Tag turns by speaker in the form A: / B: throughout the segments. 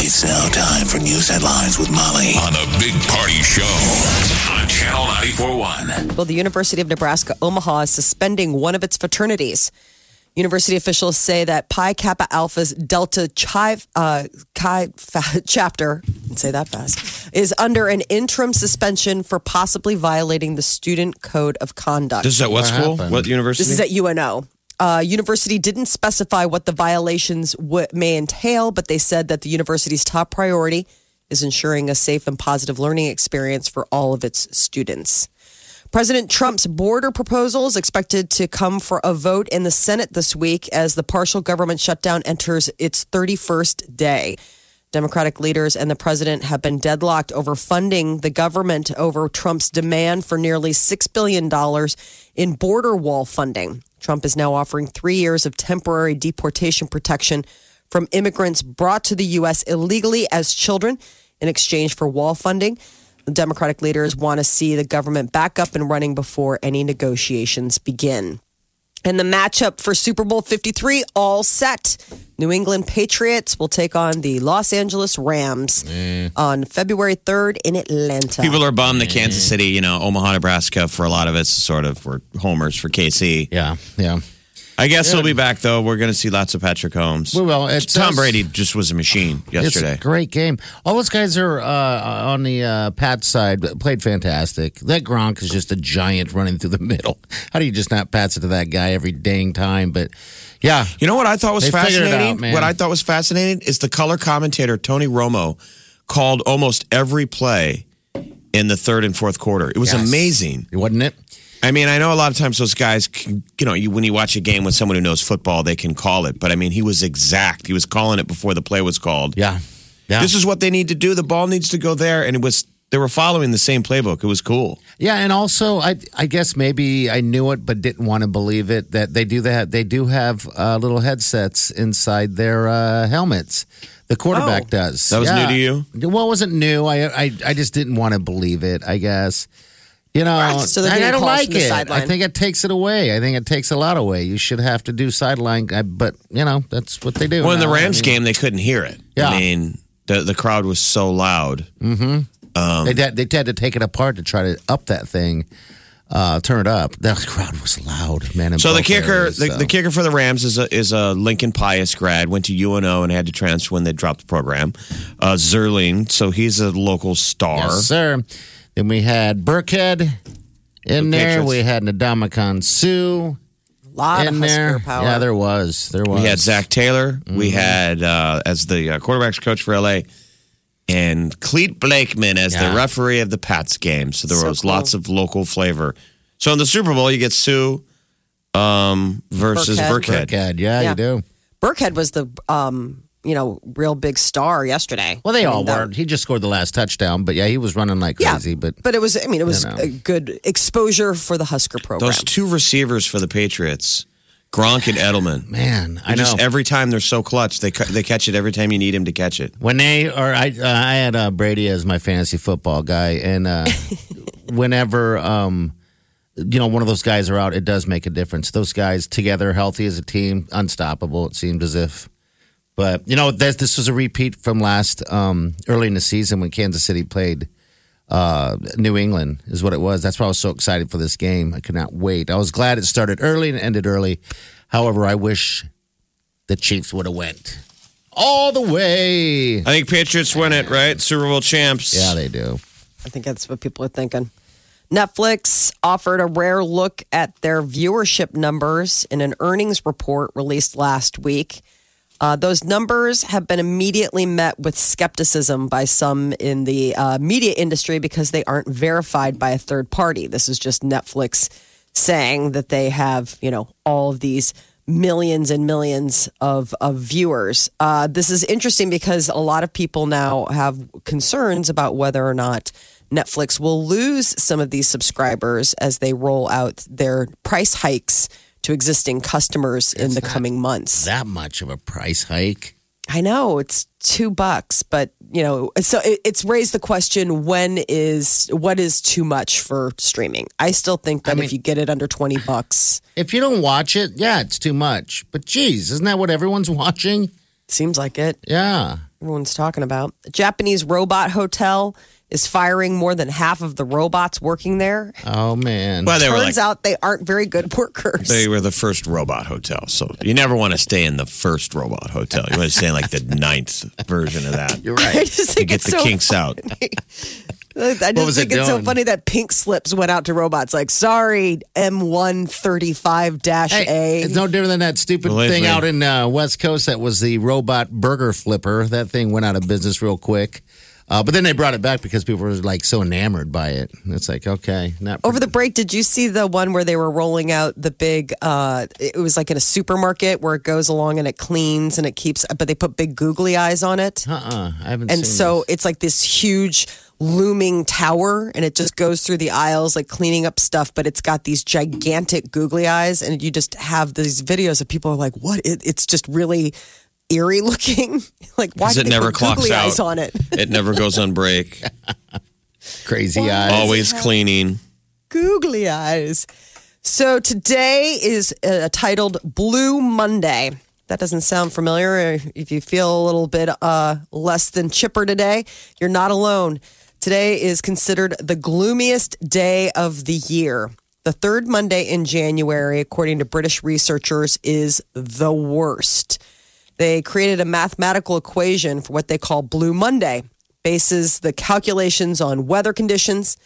A: It's now time for news headlines with Molly on the Big Party Show on Channel 941.
B: Well, the University of Nebraska Omaha is suspending one of its fraternities. University officials say that Pi Kappa Alpha's Delta Chi, uh, Chi fa, chapter, say that fast, is under an interim suspension for possibly violating the student code of conduct.
C: This is at what, school? What university?
B: This is at UNO. Uh, university didn't specify what the violations w- may entail, but they said that the university's top priority is ensuring a safe and positive learning experience for all of its students. President Trump's border proposal is expected to come for a vote in the Senate this week as the partial government shutdown enters its 31st day. Democratic leaders and the president have been deadlocked over funding the government over Trump's demand for nearly $6 billion in border wall funding. Trump is now offering three years of temporary deportation protection from immigrants brought to the U.S. illegally as children in exchange for wall funding. The Democratic leaders want to see the government back up and running before any negotiations begin. And the matchup for Super Bowl 53 all set. New England Patriots will take on the Los Angeles Rams on February 3rd in Atlanta.
C: People are bummed that Kansas City, you know, Omaha, Nebraska, for a lot of us, sort of were homers for KC.
D: Yeah, yeah.
C: I guess he'll be back though. We're going to see lots of Patrick Holmes.
D: We will. It
C: Tom
D: does-
C: Brady just was a machine yesterday.
D: It's a great game. All those guys are uh, on the uh, Pat side but played fantastic. That Gronk is just a giant running through the middle. How do you just not pass it to that guy every dang time? But yeah,
C: You know what I thought was
D: They figured it
C: fascinating?
D: out, man.
C: what I thought was fascinating is the color commentator Tony Romo called almost every play in the third and fourth quarter. It was
D: Yes.
C: amazing.
D: wasn't it?
C: I mean, I know a lot of times those guys, can, you know, you, when you watch a game with someone who knows football, they can call it. But I mean, he was exact. He was calling it before the play was called.
D: Yeah, yeah.
C: This is what they need to do. The ball needs to go there, and it was they were following the same playbook. It was cool.
D: Yeah, and also I I guess maybe I knew it but didn't want to believe it that they do that they do have uh, little headsets inside their uh, helmets. The quarterback
B: Oh.
D: does.
C: That was new to you?
D: Well, it wasn't new. I I, I just didn't want to believe it. I guess. You know,
B: Right, so they're
D: I, I
B: getting
D: don't
B: calls
D: like
B: from the
D: it.
B: sideline.
D: I think it takes it away. I think it takes a lot away. You should have to do sideline, I- but you know that's what they do.
C: Well, in the
D: now. I
C: Rams
D: mean,
C: game, they couldn't hear it.
D: Yeah.
C: I mean, the the crowd was so loud. Um,
D: they had, they had to take it apart to try to up that thing, uh, turn it up. That crowd was loud, man. in
C: So the
D: both
C: kicker,
D: areas,
C: the,
D: so.
C: the kicker for the Rams is a is a Lincoln Pius grad. Went to UNO and had to transfer when they dropped the program. Uh, Zerling, so he's a local star.
D: Yes, sir. Then we had Burkhead in
C: The
D: there.
C: Patriots.
D: We had Nadamakon Sue
B: A lot of
D: in
B: Husker
D: there.
B: power.
D: Yeah, there was. There was.
C: We had Zach Taylor. We
D: Mm-hmm.
C: had uh, as the uh, quarterbacks coach for LA, and Cleet Blakeman as the
D: Yeah.
C: referee of the Pats game. So there
B: So
C: was
B: cool.
C: lots of local flavor. So in the Super Bowl, you get Sue um, versus
B: Burkhead.
C: Burkhead.
D: Burkhead. Yeah,
B: Yeah.
D: you do.
B: Burkhead was the, um, you know, real big star yesterday.
D: Well, they
B: I mean,
D: all
B: that-
D: were. He just scored the last touchdown, but yeah, he was running like crazy. But
B: But it was, I mean, it was
D: know.
B: a good exposure for the Husker program.
C: Those two receivers for the Patriots, Gronk and Edelman.
D: man, I
C: And
D: know
C: Just every time they're so clutch, they cu- they catch it every time you need him to catch it.
D: when they or I, uh, I had uh, Brady as my fantasy football guy, and uh, whenever um, you know one of those guys are out, it does make a difference. Those guys together, healthy as a team, unstoppable. It seemed as if. But you know, this this was a repeat from last um, early in the season when Kansas City played uh, New England, is what it was. That's why I was so excited for this game. I could not wait. I was glad it started early and ended early. However, I wish the Chiefs would have went all the way.
C: I think Patriots win it, right? Super Bowl champs.
D: Yeah, they do.
B: I think that's what people are thinking. Netflix offered a rare look at their viewership numbers in an earnings report released last week. Uh, those numbers have been immediately met with skepticism by some in the uh, media industry because they aren't verified by a third party. This is just Netflix saying that they have, you know, all of these millions and millions of, of viewers. Uh, this is interesting because a lot of people now have concerns about whether or not Netflix will lose some of these subscribers as they roll out their price hikes to existing customers in the coming months.
D: That much of a price hike.
B: I know it's two bucks, but you know, so it, it's raised the question: when is what is too much for streaming? I still think that if you get it under twenty bucks,
D: If you don't watch it, yeah, it's too much. But geez, isn't that what everyone's watching?
B: seems like it.
D: Yeah.
B: Everyone's talking about a Japanese robot hotel is firing more than half of the robots working there.
D: Oh man.
C: Well, they were
B: Turns
C: like,
B: out they aren't very good workers.
C: they were the first robot hotel. So you never want to stay in the first robot hotel. You want to stay in like the ninth version of that.
D: You're
B: I
D: right.
B: just
C: To
B: think
C: get
B: it's
C: the
B: so.
C: kinks out.
B: I just
D: was
B: think
D: it
B: it's so
D: doing?
B: funny that pink slips went out to robots. Like, sorry, M one thirty five dash
D: Hey,
B: A.
D: it's no different than that stupid
C: Believe
D: thing
C: me.
D: out in uh, West Coast that was the robot burger flipper. That thing went out of business real quick. Uh, but then they brought it back because people were like so enamored by it. It's like, okay, not
B: Over the break, did you see the one where they were rolling out the big? Uh, it was like in a supermarket where it goes along and it cleans and it keeps, but they put big googly eyes on it,
D: uh-uh, I haven't
B: and
D: seen
B: so it's like this huge looming tower, and it just goes through the aisles like cleaning up stuff, but it's got these gigantic googly eyes, and you just have these videos of people are like, "What?" It, it's just really eerie looking. like why?
C: 'Cause
B: did
C: it
B: they
C: never
B: put googly
C: clocks
B: eyes
C: out.
B: on it.
C: It never goes on break.
D: this. crazy eyes.
C: Always cleaning.
B: googly eyes. So today is uh, titled Blue Monday. That doesn't sound familiar. If you feel a little bit uh, less than chipper today, you're not alone. Today is considered the gloomiest day of the year. The third Monday in January, according to British researchers, is the worst. They created a mathematical equation for what they call Blue Monday, bases the calculations on weather conditions,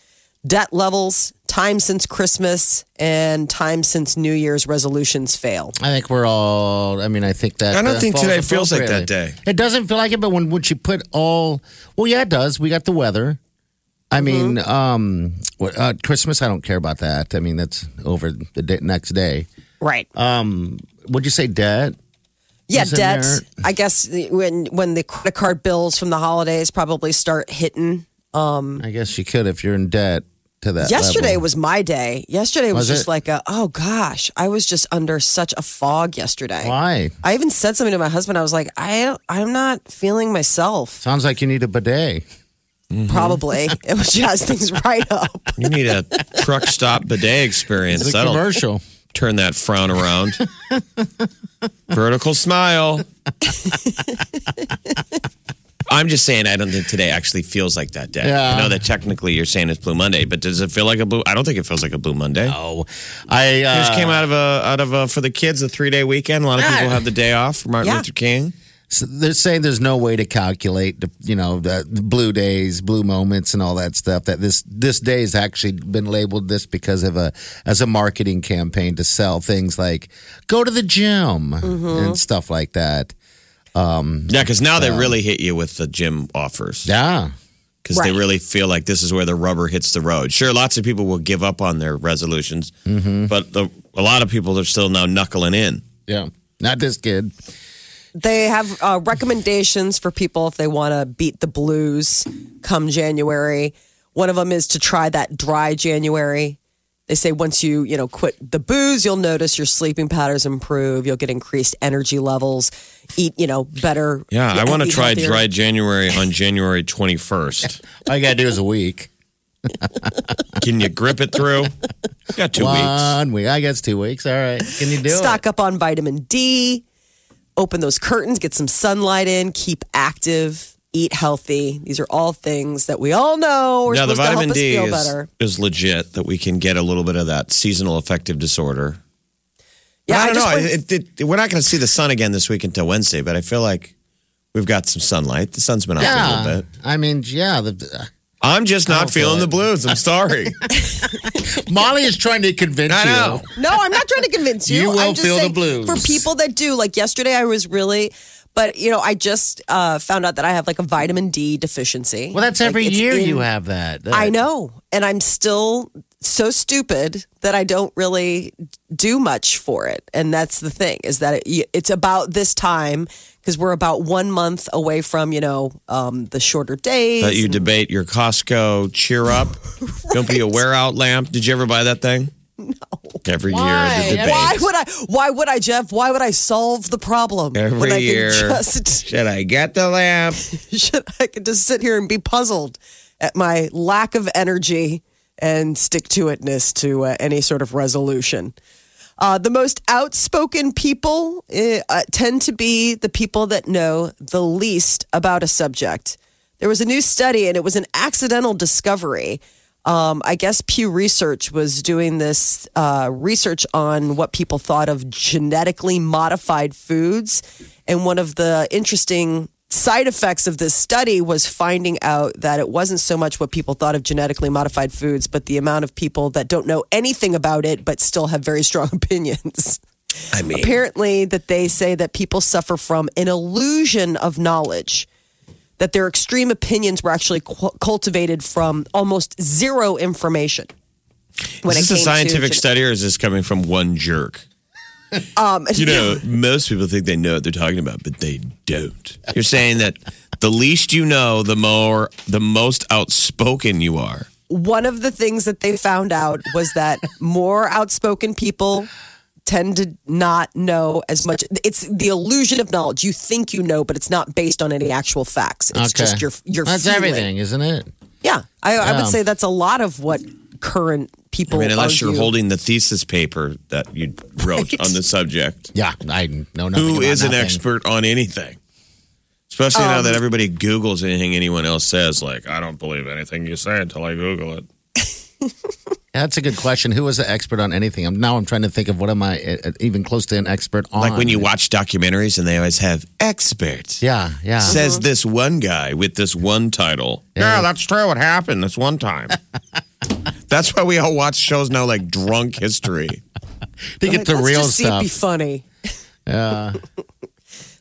B: debt levels, time since Christmas, and time since New Year's resolutions fail.
D: I think we're all. I mean, I think that.
C: I don't
D: uh,
C: think
D: falls
C: today feels like that
D: appropriately.
C: day.
D: It doesn't feel like it, but when once you put all, well, yeah, it does. We got the weather.
C: Mm-hmm.
D: I mean, um, what, uh, Christmas. I don't care about that. I mean, that's over the day, next day.
B: Right.
D: Would you say debt?
B: yeah,
D: isn't
B: debt.
D: there-
B: I guess when when the credit card bills from the holidays probably start hitting.
D: I guess you could if you're in debt to that.
B: Yesterday
D: level.
B: was my day. Yesterday was,
D: Was
B: just
D: it?
B: like a oh gosh, I was just under such a fog yesterday.
D: why?
B: I even said something to my husband. I was like, I don't, I'm not feeling myself.
D: Sounds like you need a bidet.
B: Probably it would jazz things right up.
C: You need a truck stop bidet experience.
D: It's a
C: That'll
D: commercial.
C: turn that frown around. Vertical smile. I'm just saying, I don't think today actually feels like that day.
D: Yeah.
C: I know that technically you're saying it's Blue Monday, but does it feel like a blue? I don't think it feels like a Blue Monday.
D: Oh, I uh,
C: It just came out of a out of a for the kids a three day weekend. A lot of people have the day off. for Martin
B: Yeah.
C: Luther King.
D: So they're saying there's no way to calculate, the, you know, the the blue days, blue moments, and all that stuff. That this this day has actually been labeled this because of a as a marketing campaign to sell things like go to the gym and stuff like that.
C: Yeah, because now they really hit you with the gym offers.
D: Yeah,
C: because they really feel like this is where the rubber hits the road. Sure, lots of people will give up on their resolutions, but the, a lot of people are still now knuckling in.
D: yeah, not this kid.
B: They have uh, recommendations for people if they want to beat the blues come January. One of them is to try that dry January. They say once you, you know, quit the booze, you'll notice your sleeping patterns improve. You'll get increased energy levels, eat, you know, better.
C: Yeah, I want to
B: eat
C: try
B: healthier.
C: dry January on January 21st.
D: All you gotta do is a week,
C: Can you grip it through? Got two weeks.
D: one week. I guess two weeks. All right, can you do
B: stock
D: it?
B: up on vitamin D, open those curtains, get some sunlight in, keep active, eat healthy. These are all things that we all know are
C: Now, the
B: supposed to help
C: vitamin
B: us
C: D
B: feel
C: is,
B: better.
C: is legit that we can get a little bit of that seasonal affective disorder.
B: Yeah,
C: I don't
B: just
C: know.
B: went-
C: It- it- it- we're not going to see the sun again this week until Wednesday, but I feel like we've got some sunlight. The sun's been out for a
D: Yeah,
C: little bit.
D: I mean, yeah. The,
C: I'm just not
D: don't feel
C: feeling
D: it.
C: the blues. I'm sorry.
D: Molly is trying to convince
C: I
D: you.
C: know.
B: No, I'm not trying to convince you.
D: You will
B: I'm just
D: feel the
B: saying
D: blues.
B: for people that do. Like yesterday, I was really, but you know, I just uh, found out that I have like a vitamin D deficiency.
D: Well, that's
B: Like,
D: every
B: it's
D: year
B: in-
D: you have that.
B: I know, and I'm still so stupid that I don't really do much for it. And that's the thing is that it, it's about this time because we're about one month away from, you know, um, the shorter days.
C: That you debate your Costco cheer up. Don't be a wear out lamp. Did you ever buy that thing? No. Every year, the debate.
B: why would I? Why would I, Jeff? Why would I solve the problem
C: Every
B: when I
C: year.
B: can just
C: Should I get the lamp?
B: should, I can just sit here and be puzzled at my lack of energy and stick to itness to uh, any sort of resolution. Uh, the most outspoken people eh, uh, tend to be the people that know the least about a subject. There was a new study, and it was an accidental discovery. Um, I guess Pew Research was doing this uh, research on what people thought of genetically modified foods. And one of the interesting side effects of this study was finding out that it wasn't so much what people thought of genetically modified foods, but the amount of people that don't know anything about it but still have very strong opinions.
C: I mean,
B: Apparently, that they say that people suffer from an illusion of knowledge, that their extreme opinions were actually cu- cultivated from almost zero information. When
C: is
B: it
C: this a
B: came to
C: scientific
B: gen-
C: study or is this coming from one jerk?
B: Um,
C: You know, most people think they know what they're talking about, but they don't. You're saying that the least you know, the more, the most outspoken you are.
B: one of the things that they found out was that more outspoken people tend to not know as much. It's the illusion of knowledge. You think you know, but it's not based on any actual facts. It's
D: okay.
B: just your your
D: That's
B: feeling.
D: everything, isn't it?
B: Yeah, I, I
D: Yeah.
B: would say that's a lot of what current
C: I
B: people.
D: Oh,
C: mean, unless you're
B: argue.
C: holding the thesis paper that you wrote on the subject.
D: Yeah, I know nothing.
C: Who
D: about
C: is an
D: nothing. Um,
C: expert on anything? Especially now that everybody Googles anything anyone else says. Like, I don't believe anything you say until I Google it.
D: That's a good question. Who is an expert on anything? I'm, now I'm trying to think of what am I uh, uh, even close to an expert on?
C: Like when you watch documentaries and they always have experts.
D: yeah, yeah.
C: Says this one guy with this one title. Yeah, that's true. It happened this one time. that's why we all watch shows now like Drunk History.
D: to get the
B: Let's
D: real
B: just see it be
D: stuff.
B: funny. Yeah.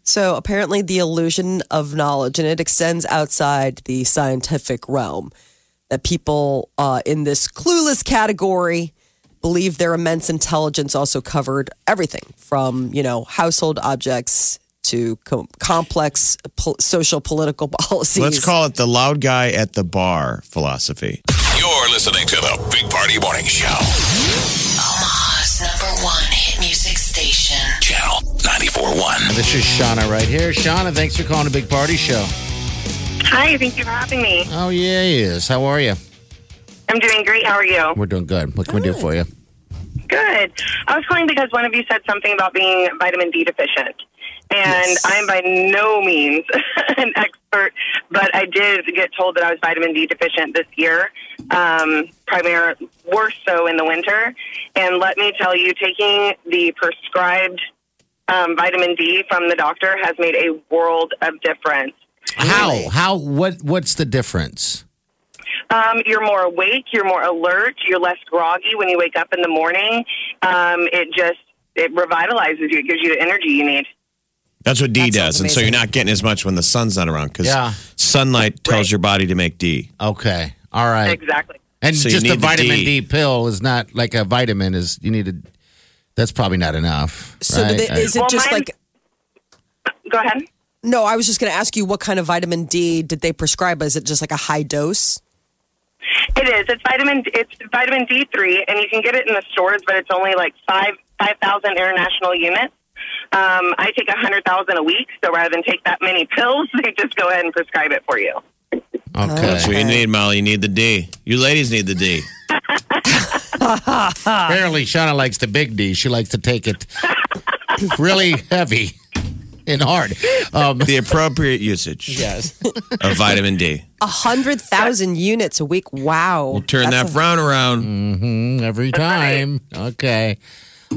B: so apparently, the illusion of knowledge, and it extends outside the scientific realm, that people uh, in this clueless category believe their immense intelligence also covered everything from you know household objects to com- complex po- social political policies.
C: Let's call it the loud guy at the bar philosophy.
A: You're listening to the Big Party Morning Show.
E: Omaha's number one hit music station.
A: Channel 94.1.
D: This is Shauna right here. Shauna, thanks for calling a big party show.
F: Hi, thank you for having me.
D: Oh yeah, he is. How are you?
F: I'm doing great. How are you?
D: We're doing good. What can we do for you?
F: Good. I was calling because one of you said something about being vitamin D deficient. And I'm by no means an expert, but I did get told that I was vitamin D deficient this year, um, primarily worse so in the winter. And let me tell you, taking the prescribed um, vitamin D from the doctor has made a world of difference.
D: How? How? What? What's the difference?
F: Um, you're more awake. You're more alert. You're less groggy when you wake up in the morning. Um, it just it revitalizes you. It gives you the energy you need.
C: That's what D
B: That sounds
C: does. And so you're
B: amazing.
C: not getting as much when the sun's not around because
D: Yeah.
C: sunlight tells your body to make D.
D: Okay. All right.
F: Exactly.
D: And
C: So you
D: just the
C: need the
D: vitamin D.
C: D.
D: pill is not like a vitamin. Is you need to. That's probably not enough.
B: So
D: right?
B: do they-
D: I-
B: is it
F: Well,
B: just
F: mine-
B: like?
F: Go ahead.
B: No, I was just going to ask you what kind of vitamin D did they prescribe? Is it just like a high dose?
F: It is. It's vitamin. It's vitamin D three, and you can get it in the stores, but it's only like five five thousand international units. Um, I take a hundred thousand a week, so rather than take that many pills, they just go ahead and prescribe it for you.
D: okay.
C: That's what you need, Molly. You need the D. You ladies need the D.
D: Apparently, Shauna likes the big D. She likes to take it really heavy and hard. Um,
C: The appropriate usage
D: yes.
C: of vitamin D.
B: A hundred thousand units a week. Wow.
C: We'll turn that frown around.
D: Every time. Okay.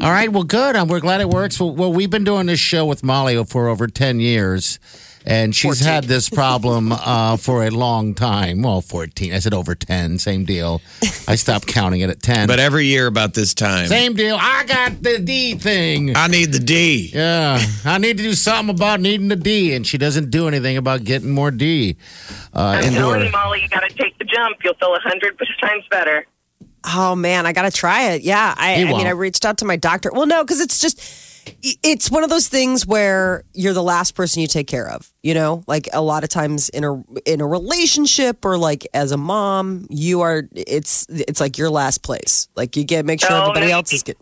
D: All right. Well, good. Um, we're glad it works. Well, well, we've been doing this show with Molly for over 10 years, and she's had this problem uh, for a long time. Well, 14. I said over 10. Same deal. I stopped counting it at 10.
C: But every year about this time,
D: same deal. I got the D thing.
C: I need the D.
D: Yeah, I need to do something about needing the D, and she doesn't do anything about getting more D uh,
F: I'm
D: into
F: telling you,
D: her.
F: Molly, you got to take the jump. You'll feel a hundred times better.
B: Oh man, I gotta try it. Yeah, I,
D: You
B: I mean,
D: won't.
B: I reached out to my doctor. Well, no, because it's just it's one of those things where you're the last person you take care of. You know, like a lot of times in a in a relationship or like as a mom, you are. It's it's like your last place. Like you get make sure
F: No,
B: everybody
F: no.
B: else is good.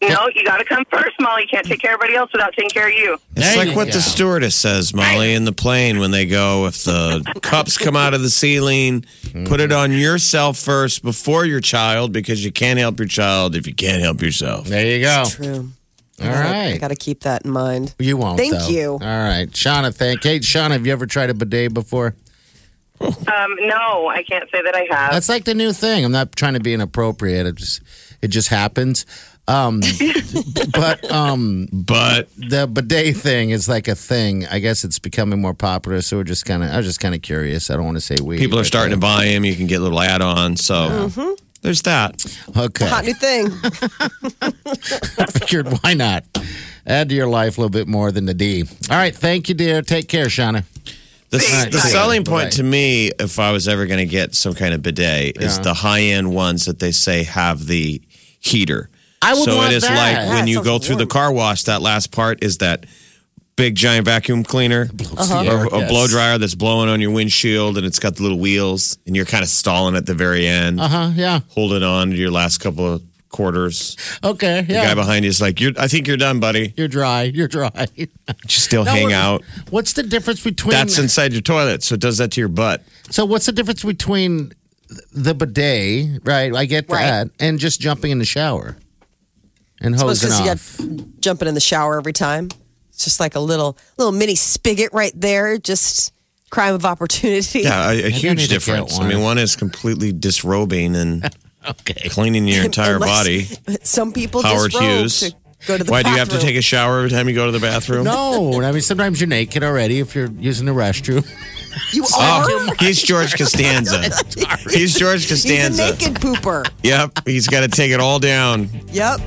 F: No, you got to come first, Molly. You can't take care of everybody else without taking care of you.
C: It's
D: There
C: like
D: you
C: what
D: go.
C: the stewardess says, Molly, in the plane when they go, if the cups come out of the ceiling, put it on yourself first before your child because you can't help your child if you can't help yourself.
D: There you go.
C: Oh.
B: True.
D: All
B: I
D: right.
B: gotta keep that in mind.
D: You won't.
B: Thank
D: though.
B: you.
D: All right, Shauna. Thank. Hey, Shauna, have you ever tried a bidet before?
F: Um, no, I can't say that I have.
D: That's like the new thing. I'm not trying to be inappropriate. It just it just happens. Um, but um,
C: But
D: the bidet thing is like a thing. I guess it's becoming more popular. So we're just kind of. I was just kind of curious. I don't want to say we.
C: people are
D: but,
C: starting to buy them. You can get little add ons. So there's that.
D: uh, Okay.
B: Hot new thing.
D: Figured why not add to your life a little bit more than the D. All right. Thank you, dear. Take care, Shauna.
C: The,
D: Right,
C: the
D: right.
C: selling point
D: Right.
C: to me, if I was ever going to get some kind of bidet, is
D: Yeah.
C: the high end ones that they say have the heater.
D: I would
C: so
D: want
C: it is
D: that.
C: like
D: Yeah,
C: when
B: it
C: you
B: sounds
C: go through the car wash, that last part is that big giant vacuum cleaner
D: the
C: or
D: air,
C: a
D: yes.
C: blow dryer that's blowing on your windshield and it's got the little wheels and you're kind of stalling at the very end,
D: Uh huh. Yeah.
C: holding on to your last couple of quarters.
D: Okay.
C: The guy
D: Yeah.
C: behind you is like, you're, I think you're done, buddy.
D: You're dry. You're dry.
C: You still
D: No,
C: hang
D: we're-
C: out.
D: What's the difference between
C: That's inside your toilet, so it does that to your butt.
D: So what's the difference between the bidet, right? I get that, and just jumping in the shower and
B: Suppose
D: hosing
B: because you got
D: off.
B: jumping in the shower every time. It's just like a little little mini spigot right there. Just crime of opportunity.
C: Yeah, a, a
D: Maybe I need
C: huge
D: to get
C: difference. I
D: one.
C: mean, one is completely disrobing and
D: okay.
C: cleaning your entire
B: Unless-
C: body.
B: Some people
C: Howard
B: just robe
C: Hughes.
B: to go to the
C: Why do you have to take
B: bathroom.
C: a shower every time you go to the bathroom?
D: No, I mean sometimes you're naked already if you're using the restroom.
B: You
C: Oh,
B: are.
C: he's George Costanza. He's George
B: He's
C: Costanza.
B: a naked pooper.
C: Yep, he's got to take it all down
B: Yep.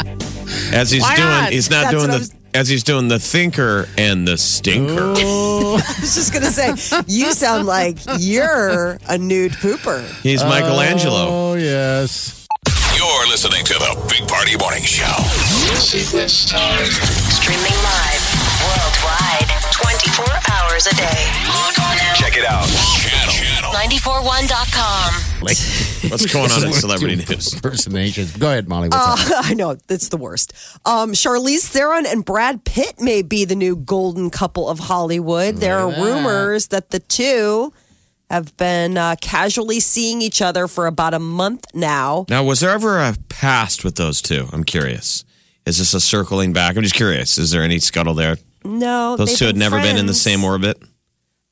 C: as he's
D: Why
C: doing.
D: not?
C: He's not
B: That's
C: doing
B: what I
C: the
B: was-
C: as he's doing the thinker and the stinker.
B: I was just gonna say, you sound like you're a nude pooper.
C: He's Michelangelo.
D: Oh yes.
A: You're listening to the Big Party Morning Show.
E: Streaming live worldwide 24 hours a day. Log on now.
A: Check it out. Channel. Channel.
E: 941.com.
C: What's going on in
D: Let's do
C: celebrity news?
D: Impersonations. Go ahead, Molly. What's up?
B: I know that's the worst. Um, Charlize Theron and Brad Pitt may be the new golden couple of Hollywood. There are rumors that the two have been uh, casually seeing each other for about a month now.
C: Now, was there ever a past with those two? I'm curious. Is this a circling back? I'm just curious. Is there any scuttle there?
B: No,
C: Those
B: they've
C: two had never been in the same
B: friends.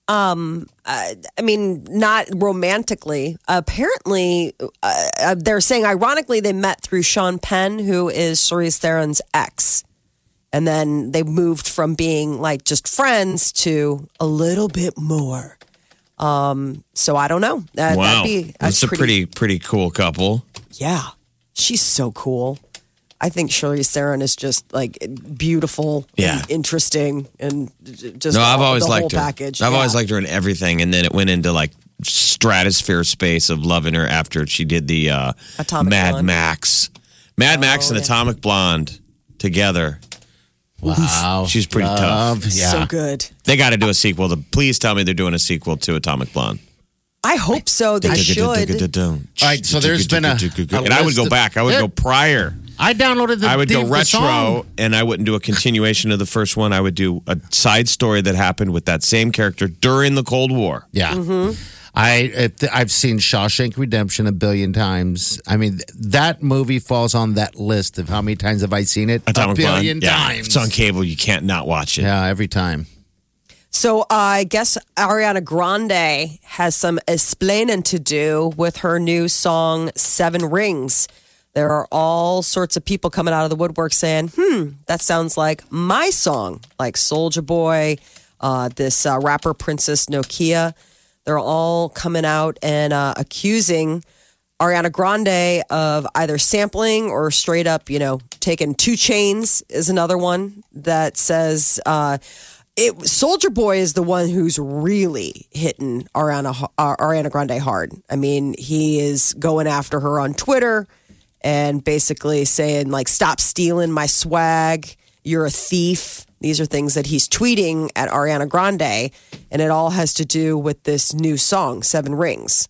C: orbit.
B: I mean, not romantically. Apparently, uh, uh, they're saying ironically they met through Sean Penn, who is Charlize Theron's ex, and then they moved from being like just friends to a little bit more. Um, so I don't know. That, That'd
C: Wow,
B: be
C: that's a pretty pretty cool couple.
B: yeah. She's so cool. I think Charlize Theron is just like beautiful,
C: Yeah.
B: and interesting, and j- just
C: No, I've
B: all-
C: always
B: the
C: liked her.
B: whole package.
C: I've always
B: Yeah.
C: liked her in everything, and then it went into like stratosphere space of loving her after she did the uh,
B: Atomic
C: Mad
B: Blonde. Oh,
C: Max, Mad Max and Atomic Blonde together.
D: Wow.
C: She's pretty
D: Love.
C: tough.
D: Yeah.
B: so good.
C: They got to do a sequel. To, please tell me they're doing a sequel to Atomic Blonde.
B: I hope so. They should.
C: All
D: right, so there's been a- a
C: and I would
D: list
C: go
D: of-
C: back. I would
D: Yeah.
C: go prior.
D: I downloaded the.
C: I would
D: the,
C: go
D: the
C: retro,
D: song.
C: and I wouldn't do a continuation of the first one. I would do a side story that happened with that same character during the Cold War.
D: Yeah. I it, I've seen Shawshank Redemption a billion times. I mean, th- that movie falls on that list of how many times have I seen it?
C: Atomic
D: a billion
C: Blonde. Yeah. If
D: times.
C: It's on cable. You can't not watch it.
D: Yeah, every time.
B: So I guess Ariana Grande has some explaining to do with her new song Seven Rings. There are all sorts of people coming out of the woodwork saying, "Hmm, that sounds like my song." Like Soldier Boy, uh, this uh, rapper Princess Nokia. They're all coming out and uh, accusing Ariana Grande of either sampling or straight up, you know, taking two chains is another one that says. Uh, it Soldier Boy is the one who's really hitting Ariana uh, Ariana Grande hard. I mean, he is going after her on Twitter and basically saying like, "Stop stealing my swag. You're a thief." These are things that he's tweeting at Ariana Grande, and it all has to do with this new song, Seven Rings.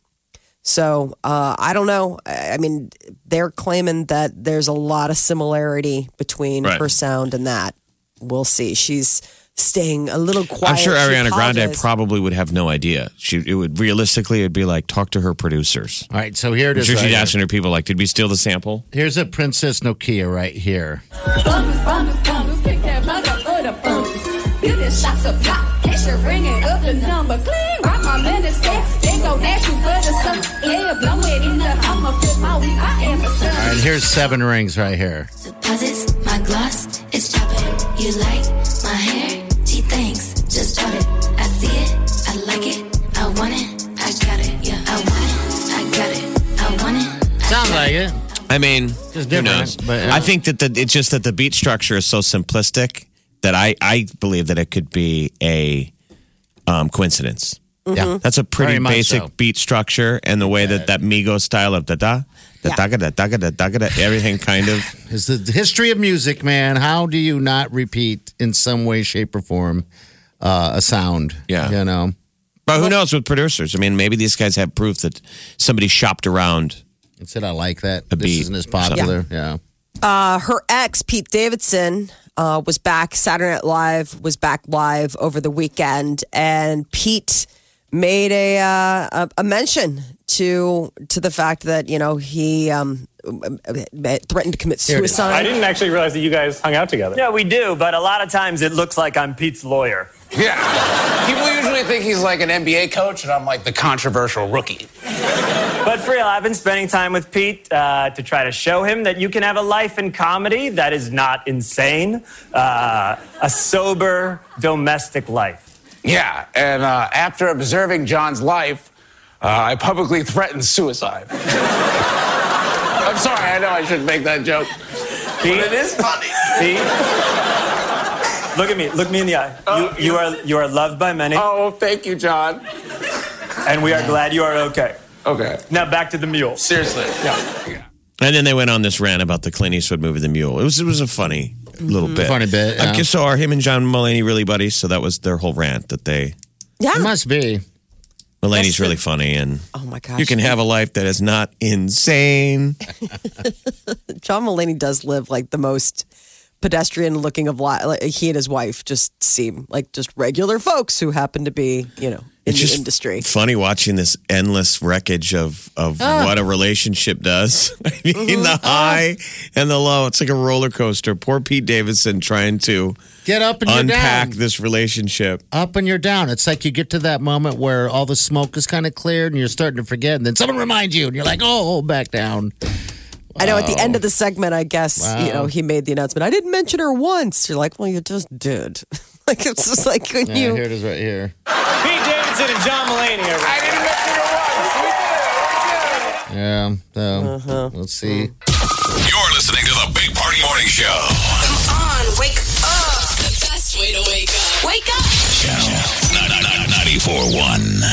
B: So uh, I don't know. I I mean, they're claiming that there's a lot of similarity between
C: Right.
B: her sound and that. We'll see. She's staying a little quiet.
C: I'm sure
B: She
C: Ariana Grande
B: apologized.
C: probably would have no idea. She it would realistically it'd be like talk to her producers.
D: All right, so here it
C: I'm
D: is.
C: sure
D: right
C: she's
D: here.
C: asking her people like, did we steal the sample?
D: Here's a Princess Nokia right here.
G: Bumpers, bumpers, bumpers, pick that mother for the bumpers. Building shots of pop, cash are ringing up the number. Clean, rock my man is set. They go natural for the sun. Yeah, blow it in the I'ma flip my week. I am the sun.
D: All right, here's Seven Rings right here.
H: Deposits, my gloss is dropping. You like my hair? She thinks, just drop it. I see it, I like it, I want it, I got it, yeah, I want it, I got it, I want it.
D: Sounds like it.
C: I mean,
D: Just
C: who
D: different,
C: knows?
D: but, uh,
C: I think that the, it's just that the beat structure is so simplistic that I, I believe that it could be a um, coincidence.
D: Yeah.
C: That's a pretty
D: Very much
C: basic
D: so.
C: beat structure, and the way that that Migos style of da da da da da da da da da everything kind of
D: It's the history of music, man. How do you not repeat in some way, shape, or form uh, a sound?
C: Yeah.
D: You know?
C: But who knows with producers? I mean, maybe these guys have proof that somebody shopped around.
D: It said, I like that.
C: A
D: this
C: beat.
D: isn't as popular. Yeah.
B: Uh, her ex, Pete Davidson, uh, was back Saturday Night Live, was back live over the weekend, and Pete made a uh, a, a mention to to the fact that you know he um, threatened to commit
I: I
B: suicide.
I: didn't actually realize that you guys hung out together.
J: Yeah, we do, but a lot of times it looks like I'm Pete's lawyer.
K: Yeah. People usually think he's like an NBA coach, and I'm like the controversial rookie.
J: But for real, I've been spending time with Pete uh, to try to show him that you can have a life in comedy that is not insane, uh, a sober domestic life.
K: Yeah, and uh, after observing John's life, uh, I publicly threatened suicide. I'm sorry, I know I shouldn't make that joke, but
J: Pete,
K: it is funny.
J: Pete, look at me, look me in the eye.
K: Oh,
J: you, you are you are loved by many,
K: Oh, thank you, John.
J: and we are glad you are okay.
K: Okay.
J: Now back to the mule.
K: Seriously. Yeah.
C: And then they went on this rant about the Clint Eastwood movie, The Mule. It was it was a funny little bit.
D: Mm-hmm. Funny bit,
C: I
D: yeah.
C: guess so are him and John Mulaney really buddies? So that was their whole rant that they
B: Yeah.
D: It must be.
C: Mulaney's really funny and
B: Oh my gosh.
C: you can have a life that is not insane.
B: John Mulaney does live like the most pedestrian looking of li- like he and his wife just seem like just regular folks who happen to be you know in the industry
C: funny watching this endless wreckage of of
B: Ah.
C: what a relationship does. I mean,
B: Mm-hmm.
C: the high and the low. It's like a roller coaster. Poor Pete Davidson trying to
D: Get up and
C: unpack
D: you're down.
C: this relationship.
D: up and you're down. It's like you get to that moment where all the smoke is kind of cleared and you're starting to forget, and then someone reminds you, and you're like, oh, back down.
B: i know at the end of the segment i guess you know he made the announcement i didn't mention her once you're like well you just did like it's just like could
D: Yeah,
B: you
D: here it is right here.
J: Pete Davidson and John Mulaney are.
K: I didn't mention it once. We did it. We did it.
D: Yeah. So let's see.
A: You're listening to the Big